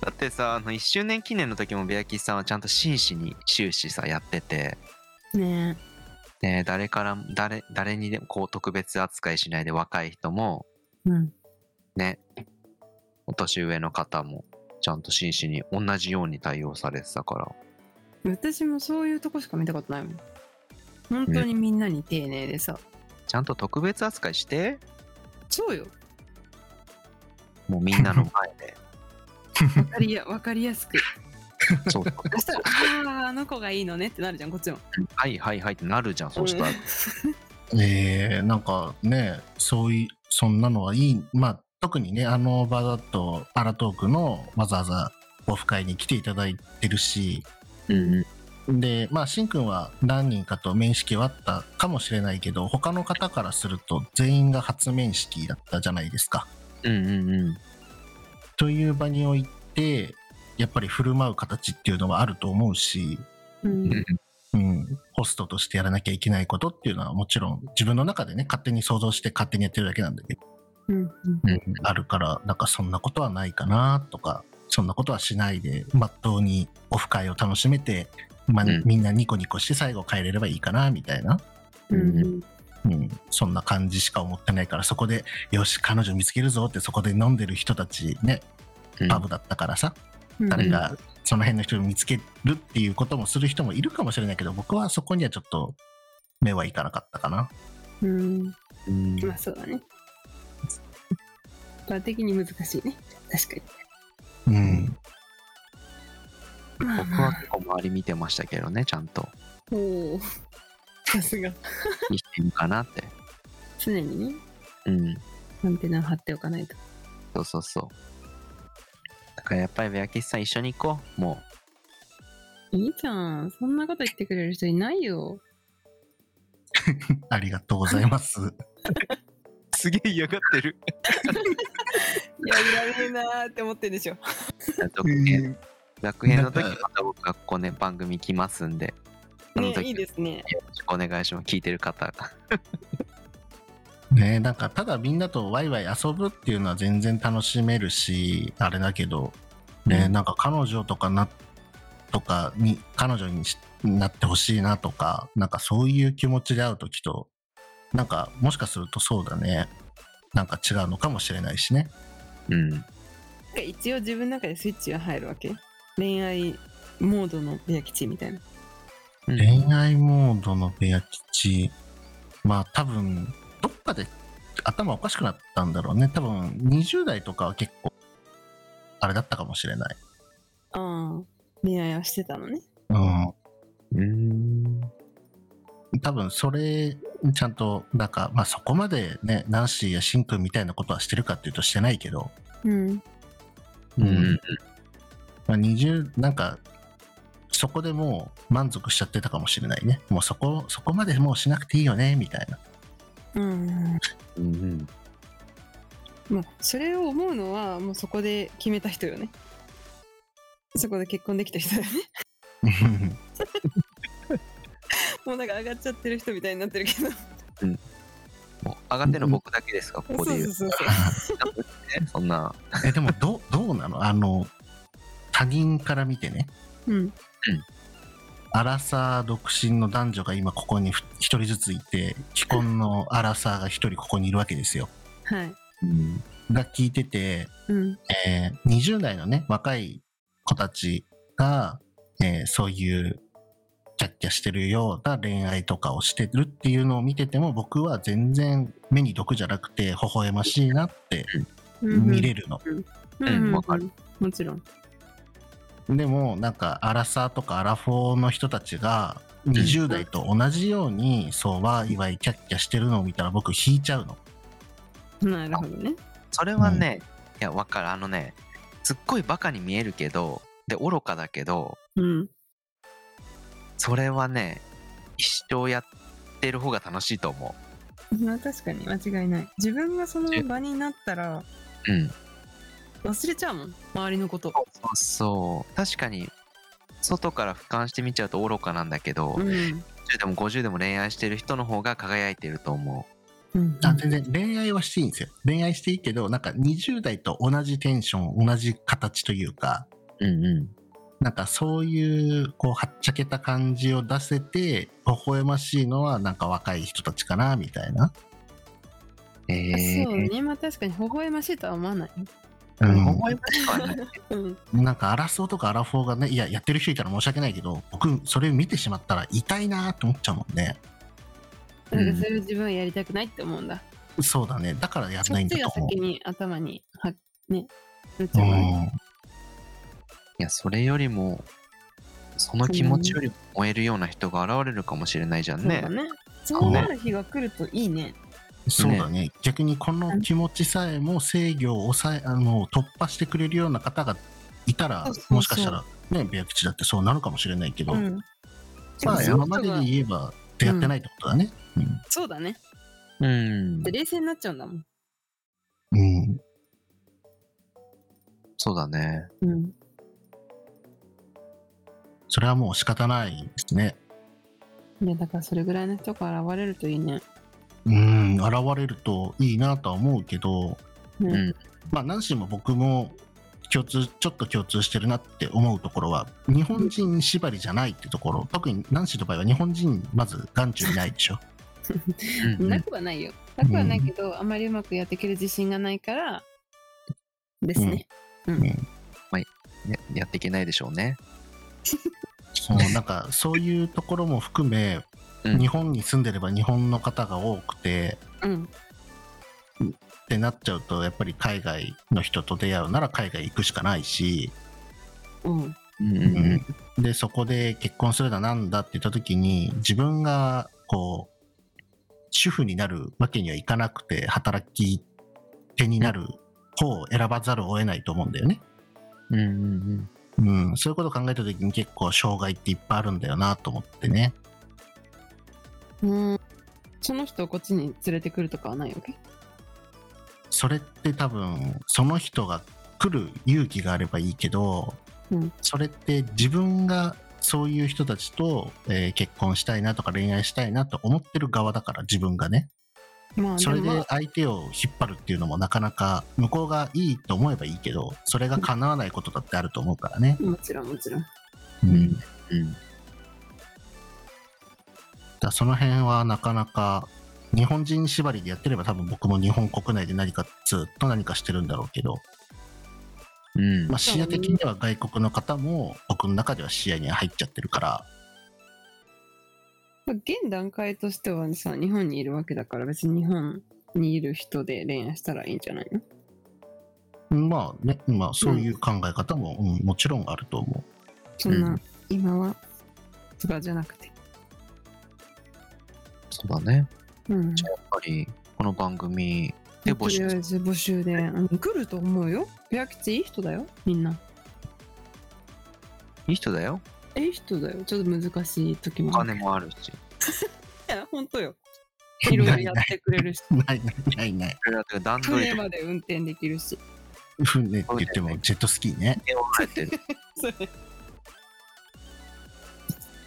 C: だってさ、あの1周年記念の時もベアキスさんはちゃんと真摯に終始さやってて、
B: ね
C: ね、誰から誰誰にでもこう特別扱いしないで若い人も
B: うん。
C: お年上の方もちゃんと真摯に同じように対応されてたから
B: 私もそういうとこしか見たことないもん本当にみんなに丁寧でさ、
C: ちゃんと特別扱い [LAUGHS] して
B: そうよ
C: もうみんなの前で
B: 分かりや分かりやすく
C: そうそう
B: そしたら「あああの子がいいのね」ってなるじゃんこっちも
C: はいはいはいってなるじゃ [LAUGHS] んそうしたら、
D: えー、なんかねそういうそんなのはいいまあ特にねあの場だとアラトークのわざわざオフ会に来ていただいてるし
C: うんうん、
D: でまあしんくんは何人かと面識はあったかもしれないけど他の方からすると全員が初面識だったじゃないですか。
C: うんうんうん
D: という場においてやっぱり振る舞う形っていうのはあると思うし、
B: うん
D: うん、ホストとしてやらなきゃいけないことっていうのはもちろん自分の中でね勝手に想像して勝手にやってるだけなんだけど、
B: うん
D: あるからなんかそんなことはないかなとかそんなことはしないでまっとうにオフ会を楽しめて、まあ
C: うん
D: みんなニコニコして最後帰れればいいかなみたいな、
B: うん
D: うん、そんな感じしか思ってないからそこでよし彼女見つけるぞってそこで飲んでる人たちね
C: うん
D: パブだったからさ、
B: うん
D: 誰がその辺の人を見つけるっていうこともする人もいるかもしれないけど僕はそこにはちょっと目はいかなかったかな。
B: うん
C: うん
B: まあそうだね一般的に難しいね確か
D: うん、
B: にまあ
C: 僕
B: ま
C: は
B: あ
C: 結構周り見てましたけどねちゃんと
B: おお [LAUGHS] さすが
C: 見てるかなって
B: 常にね
C: う
B: ア
C: ん
B: ンテナを張っておかないと
C: そうそうそうだからやっぱりベアキスさん一緒に行こうも
B: いいじゃんそんなこと言ってくれる人いないよ
D: ありがとうございます。
C: うすげえ嫌がってる
B: いやいられるなーって思ってるでしょ
C: 続編続編の時
D: なんか
C: また僕学校ね番組来ますんでその
B: ね
C: 時
B: いいですね
C: よろしくお願いします聞いてる方が
D: ねなんかただみんなとワイワイ遊ぶっていうのは全然楽しめるしあれだけど、ね
C: うん
D: なんか彼女とかなとかに彼女にしなってほしいなとかなんかそういう気持ちで会う時となんかもしかするとそうだねなんか違うのかもしれないしね
C: うん
B: なんか一応自分の中でスイッチが入るわけ恋愛モードのベア吉みたいな
C: うん
D: 恋愛モードのペア吉まあ多分どっかで頭おかしくなったんだろうね多分20代とかは結構あれだったかもしれない。
B: ああ恋愛をしてたのね
D: うん
C: うん
D: 多分それちゃんとなんか、まあ、そこまでねナンシーやシンくんみたいなことはしてるかっていうとしてないけど、
B: うん
C: うん
D: まあ、20なんかそこでもう満足しちゃってたかもしれないねもうそこそこまでもうしなくていいよねみたい
C: [LAUGHS]
D: な
B: うん
C: うん
B: まあそれを思うのはもうそこで決めた人よねそこで結婚できた人だよ [LAUGHS] ねもうなんか上がっちゃってる人みたいになってるけど
C: もう上がってるの僕だけですかここ
B: そ
C: で
B: う
C: 言う
B: そうそうそう
C: ねそんな
D: えでもどうどうなのあの他人から見てね
B: うん
D: アラサー独身の男女が今ここにふ一人ずついて既婚のアラサーが一人ここにいるわけですよ
B: はい
C: うん
D: が聞いてて
B: うん
D: えー20代のね、若い子たちが、えーそういう、キャッキャしてるような恋愛とかをしてるっていうのを見てても、僕は全然目に毒じゃなくて、微笑ましいなって見れるの。
B: うん
C: うん
B: うん
C: わか
B: るもちろん
D: でも、なんか、アラサーとかアラフォーの人たちが、20代と同じように、そうは、いわゆるキャッキャしてるのを見たら、僕、引いちゃうの。
B: なるほどね
C: それはね、いやわかるあのねすっごいバカに見えるけどで愚かだけど
B: うん
C: それはね一生やってる方が楽しいと思
B: まあ確かに間違いない自分がその場になったら
C: ううん
B: 忘れちゃうもん周りのこと
C: そうそう確かに外から俯瞰してみちゃうと愚かなんだけど、
B: うん
C: 10でも50でも恋愛してる人の方が輝いてると思
B: うん
D: あ全然恋愛はしていいんですよ。恋愛していいけど、なんか、20代と同じテンション、同じ形というか、
C: ううんう
D: なんかそういう、こう、はっちゃけた感じを出せて、微笑ましいのは、なんか若い人たちかな、みたいな。
C: んえ
B: そう
C: ー、
B: ねまあ確かに微笑ましいとは思わない
D: うん
C: 思いますかね。
B: うん、
D: なんかアラスオとかアラフォーがねいややってる人いたら申し訳ないけど僕それ見てしまったら痛いなーって思っちゃうもんね
B: なんかそれを自分はやりたくないって思うんだ。
D: そうだねだからやん
B: そ
D: ない
B: っ
D: ん
B: ち
D: だ
B: が
D: と思
B: 先に頭にはね、なっち
D: う、
B: ゃうもんね
D: うん、
C: いや、それよりも、その気持ちよりも燃えるような人が現れるかもしれないじゃんね
B: そう。だね。そうなる日が来るといいね。
D: そうだね逆にこの気持ちさえも制御を抑えあの突破してくれるような方がいたら
B: そうそうそう
D: もしかしたらねベア口だってそうなるかもしれないけど、
B: うん。
D: まあ
B: でも
D: 今まで
B: そういう人が
D: で言えば出会ってないってことだね
B: そうだね。
C: うん
B: で、冷静になっちゃうんだもん。
D: うん、うん
C: そうだね。
B: うん。
D: それはもう仕方ないですね
B: いや、だからそれぐらいの人が現れるといいね。
D: うん現れるといいなとは思うけど
B: ね
C: うん
D: まあ何しも僕も共通ちょっと共通してるなって思うところは日本人縛りじゃないってところ特にナンシーの場合は日本人まず眼中にないでしょ
C: うん
B: なくはないよ。なくはないけど、あまりうまくやっていける自信がないから、ですね。
C: ややっていけないでしょうね。
D: そうなんかそういうところも含め
C: うん
D: 日本に住んでれば日本の方が多くて
B: うん。
D: ってなっちゃうとやっぱり海外の人と出会うなら海外行くしかないし、
B: うん。
C: うんうんうん
D: でそこで結婚するだなんだって言った時に自分がこう主婦になるわけにはいかなくて働き手になる方を選ばざるを得ないと思うんだよね。
C: うんうん
D: うん、そういうことを考えた時に結構障害っていっぱいあるんだよなと思ってね。
B: うん、その人をこっちに連れてくるとかはないわけ
D: それって多分その人が来る勇気があればいいけ
B: う
D: ど、
B: ん
D: それって自分がそういう人たちと、えー結婚したいなとか恋愛したいなと思ってる側だから自分がね
B: まあ、
D: それ
B: もま
D: で
B: あ
D: 相手を引っ張るっていうのもなかなか向こうがいいと思えばいいけどそれが叶わないことだってあると思うからね、
B: もちろんもちろん。
D: うん
C: ん
D: だか
C: うん
D: らその辺はなかなか日本人縛りでやってれば多分僕も日本国内で何かずっと何かしてるんだろうけど、
C: うん
D: まあ、視野的には外国の方も僕の中では視野に入っちゃってるから
B: まあ現段階としてはさ、日本にいるわけだから、別に日本にいる人で恋愛したらいいんじゃないの
D: まあね、まあそういう考え方も、うんもちろんあると思
B: そんな、
C: うん
B: 今は、とかじゃなくて。
C: そうだね。
B: うん。
C: じゃあやっぱりこの番組で募
B: と
C: 集
B: りあえず募集で、うん来ると思うよ。ペア吉いい人だよ、みんな。
C: いい人だよ。
B: えいい人だよ。ちょっと難しい時
C: お
B: もある。
C: 金もある
B: い
C: し。
B: や、ほんとよ。いろいろやってくれるし、
D: う。 [LAUGHS] ないないないない。
C: それだって段取
B: 船
C: りとか
B: まで運転できるし。
D: 船って言ってもジェットスキーね。 [LAUGHS]
C: 手を入れてる。
B: それ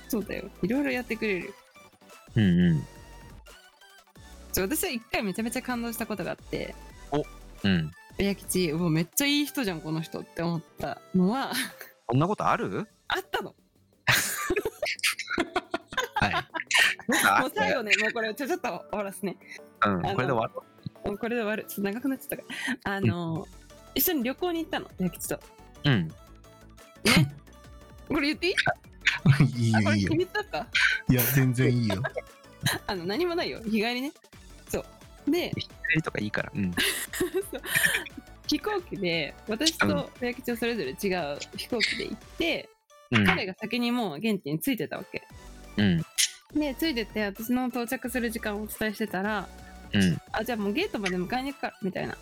B: そうだよ。いろいろやってくれるよ。
C: うんうん
B: ちょ私は一回めちゃめちゃ感動したことがあって、
C: うん。
B: 親吉、もうめっちゃいい人じゃん、この人って思ったのは、
C: こんなことある？
B: [LAUGHS] あったの。
D: はい。
B: もう最後ね、もうこれちょちょっと終わらすね。
C: うん
B: あの
C: これで終わろ
B: もうこれで終わる。ちょっと長くなっちゃったから。あの、一緒に旅行に行ったの、親吉と。
C: う。うん。
B: これ言っていい
D: いい
B: あ、こ
D: よ
B: れ
D: いいよ
B: 秘。密だった
D: いや、全然いいよ。
B: あの、何もないよ。日帰りね。そう。で、
C: 手とかいいから。うん。
B: 飛行機で、私と親吉はそれぞれ違う飛行機で行って、
C: うん
B: 彼が先にもう現地に着いてたわけ。
C: うん
B: で、ついてって、私の到着する時間をお伝えしてたら、
C: うん
B: あ、じゃあもうゲートまで迎えに行くから、みたいな。って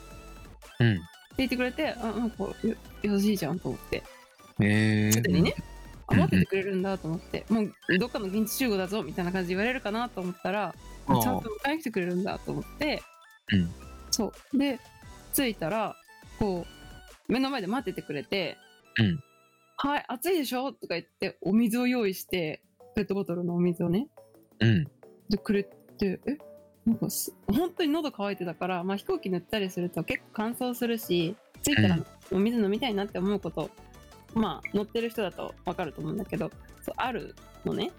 C: うん。
B: 言ってくれて、あ、なんか、よよろしいじゃんと思って。
C: ええ
B: すでにね。あ、
C: うん
B: 待っててくれるんだと思って、もうどっかの現地集合だぞ、みたいな感じで言われるかなと思ったら、ちゃ
C: あ
B: ん
C: あ
B: と迎えに来てくれるんだと思って、
C: うん
B: そう。で、着いたら、こう、目の前で待っててくれて、
C: うん
B: はい、暑いでしょとか言って、お水を用意して、ペットボトルのお水をね、
C: うん
B: でくれてえなんかす本当に喉乾いてたから、まあ、飛行機塗ったりすると結構乾燥するし着いたら
C: うん
B: お水飲みたいなって思うこと、まあ乗ってる人だと分かると思うんだけどそうあるのね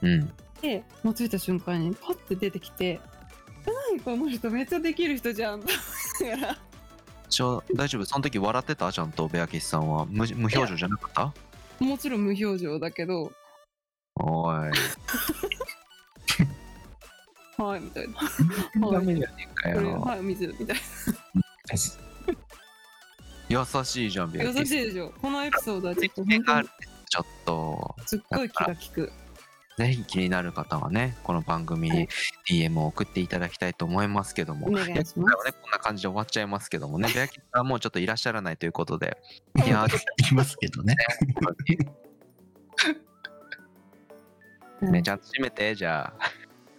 C: うん。
B: でもう着いた瞬間にパッて出てきて「え何この人めっちゃできる人じゃん」と思いながら
C: ちゃ大丈夫その時笑ってたちゃんとベアキスさんは無無表情じゃなかった
B: もちろん無表情だけど、
C: おい
B: はい、みたいな。
C: [LAUGHS]
B: はい
C: ダメじゃねえか
B: これ、
C: よ
B: はい、水、みたい
C: 優しいじゃんベ
B: な。
C: ア
B: 優し
C: キス
B: いでしょ。このエピソードはちょっと
C: 面
B: 本当
C: があ
B: に
C: るちょっと
B: すっごい気が利く。
C: ぜひ気になる方はねこの番組
B: は
C: に
B: い
C: DM を送っていただきたいと思いますけども
B: お願いします
C: 今回はねこんな感じで終わっちゃいますけど
B: [LAUGHS]
C: もねベアキスさんはもうちょっといらっしゃらないということでい
D: [LAUGHS]
C: やー
D: いきますけどね。
C: ねちゃんと締めてじゃあ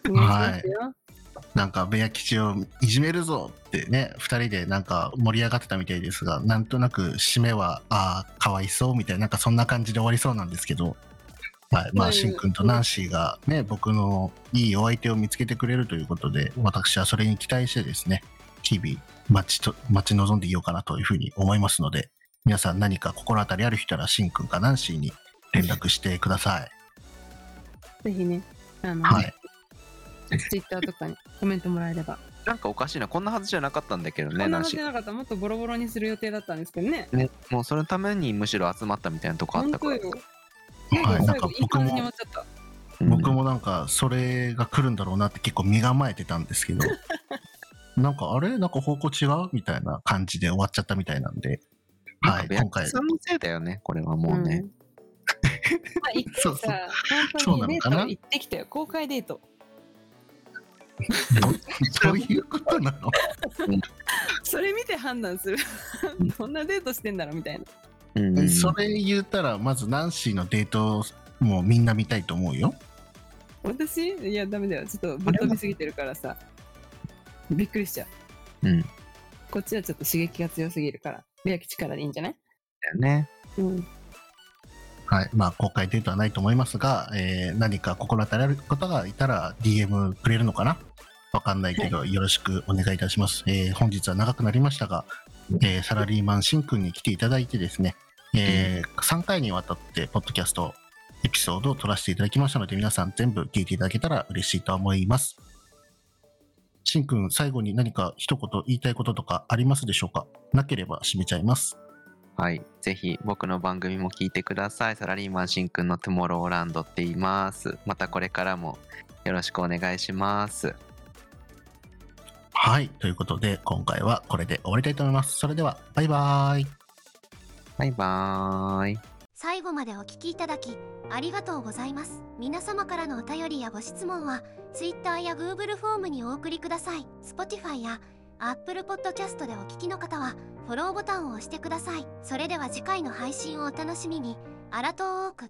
B: お願いしますよ
D: なんか、ベア吉をいじめるぞってね、二人でなんか盛り上がってたみたいですが、なんとなく締めは、ああ、かわいそうみたいな、なんかそんな感じで終わりそうなんですけど、はい。ま
B: う
D: あ、
B: ん
D: しんくんとナンシーがね、僕のいいお相手を見つけてくれるということで、私はそれに期待してですね、日々待ちと、待ち望んでいようかなというふうに思いますので、皆さん何か心当たりある人いたら、しんくんかナンシーに連絡してください。
B: ぜひね、あの、
D: はい。
B: ツイッターとかに [LAUGHS] コメントもらえれば。
C: なんかおかしいなこんなはずじゃなかったんだけど
B: こ
C: ね
B: んな
C: ナン
B: の
C: シ
B: じ
C: ー
B: ゃなかったらもっとボロボロにする予定だったんですけどね。
C: ね、もうそのためにむしろ集まったみたいなとこあっ
B: 本
C: たか
B: 当
C: ら
B: よ。
D: はい。なん
B: 最
D: か
B: 後いい
D: 僕
B: 感じに終わっ
D: も
B: ちゃった。
C: うん
D: 僕もなんかそれが来るんだろうなって結構身構えてたんですけ
C: [LAUGHS]
D: どなんかあれなんか方向違うみたいな感じで終わっちゃったみたいなんで
C: な
D: は
C: んか
D: い
C: ベア
D: 今
C: キ
D: 回
C: スさんのせいだよねこれはもう
D: [LAUGHS]
C: ね、
B: ん。まあ、一回
D: そうそう
B: さ、
D: そう
B: 本当に
D: なの
B: デ
D: か
B: ー
D: な
B: ト行ってきたよ。公開デート。
D: どどういうことなの
B: それ見て判断する。 [LAUGHS] どんなデートしてんだろうみたいな。
C: うん
D: えそれ言ったらまずナンシーのデートもうみんな見たいと思うよ
B: 私いや、ダメだよ。ちょっとぶっ飛びすぎてるからさ。びっくりしちゃう。
C: うん
B: こっちはちょっと刺激が強すぎるから。ベアキ力でいいんじゃない
C: だよね
B: うん。
D: はいまあ公開デートはないと思いますが、えー何か心当たりある方がいたら DM くれるのかなわかんないけど、よろしくお願いいたします。えー本日は長くなりましたが、えーサラリーマンしんくんに来ていただいてですね、えー3回にわたって、ポッドキャストエピソードを撮らせていただきましたので、皆さん全部聞いていただけたら嬉しいと思います。しんくん、最後に何か一言言いたいこととかありますでしょうかなければ締めちゃいます。
C: はいぜひ僕の番組も聞いてくださいサラリーマンしんくんのトゥモローランドって言いますまたこれからもよろしくお願いします
D: はい。ということで、今回はこれで終わりたいと思います。それでは、バイバーイ。
C: バイバーイ
A: 最後までお聞きいただきありがとうございます皆様からのお便りやご質問は Twitter や Google フォームにお送りください Spotify や Apple Podcast でお聞きの方はフォローボタンを押してくださいそれでは次回の配信をお楽しみにあらとーく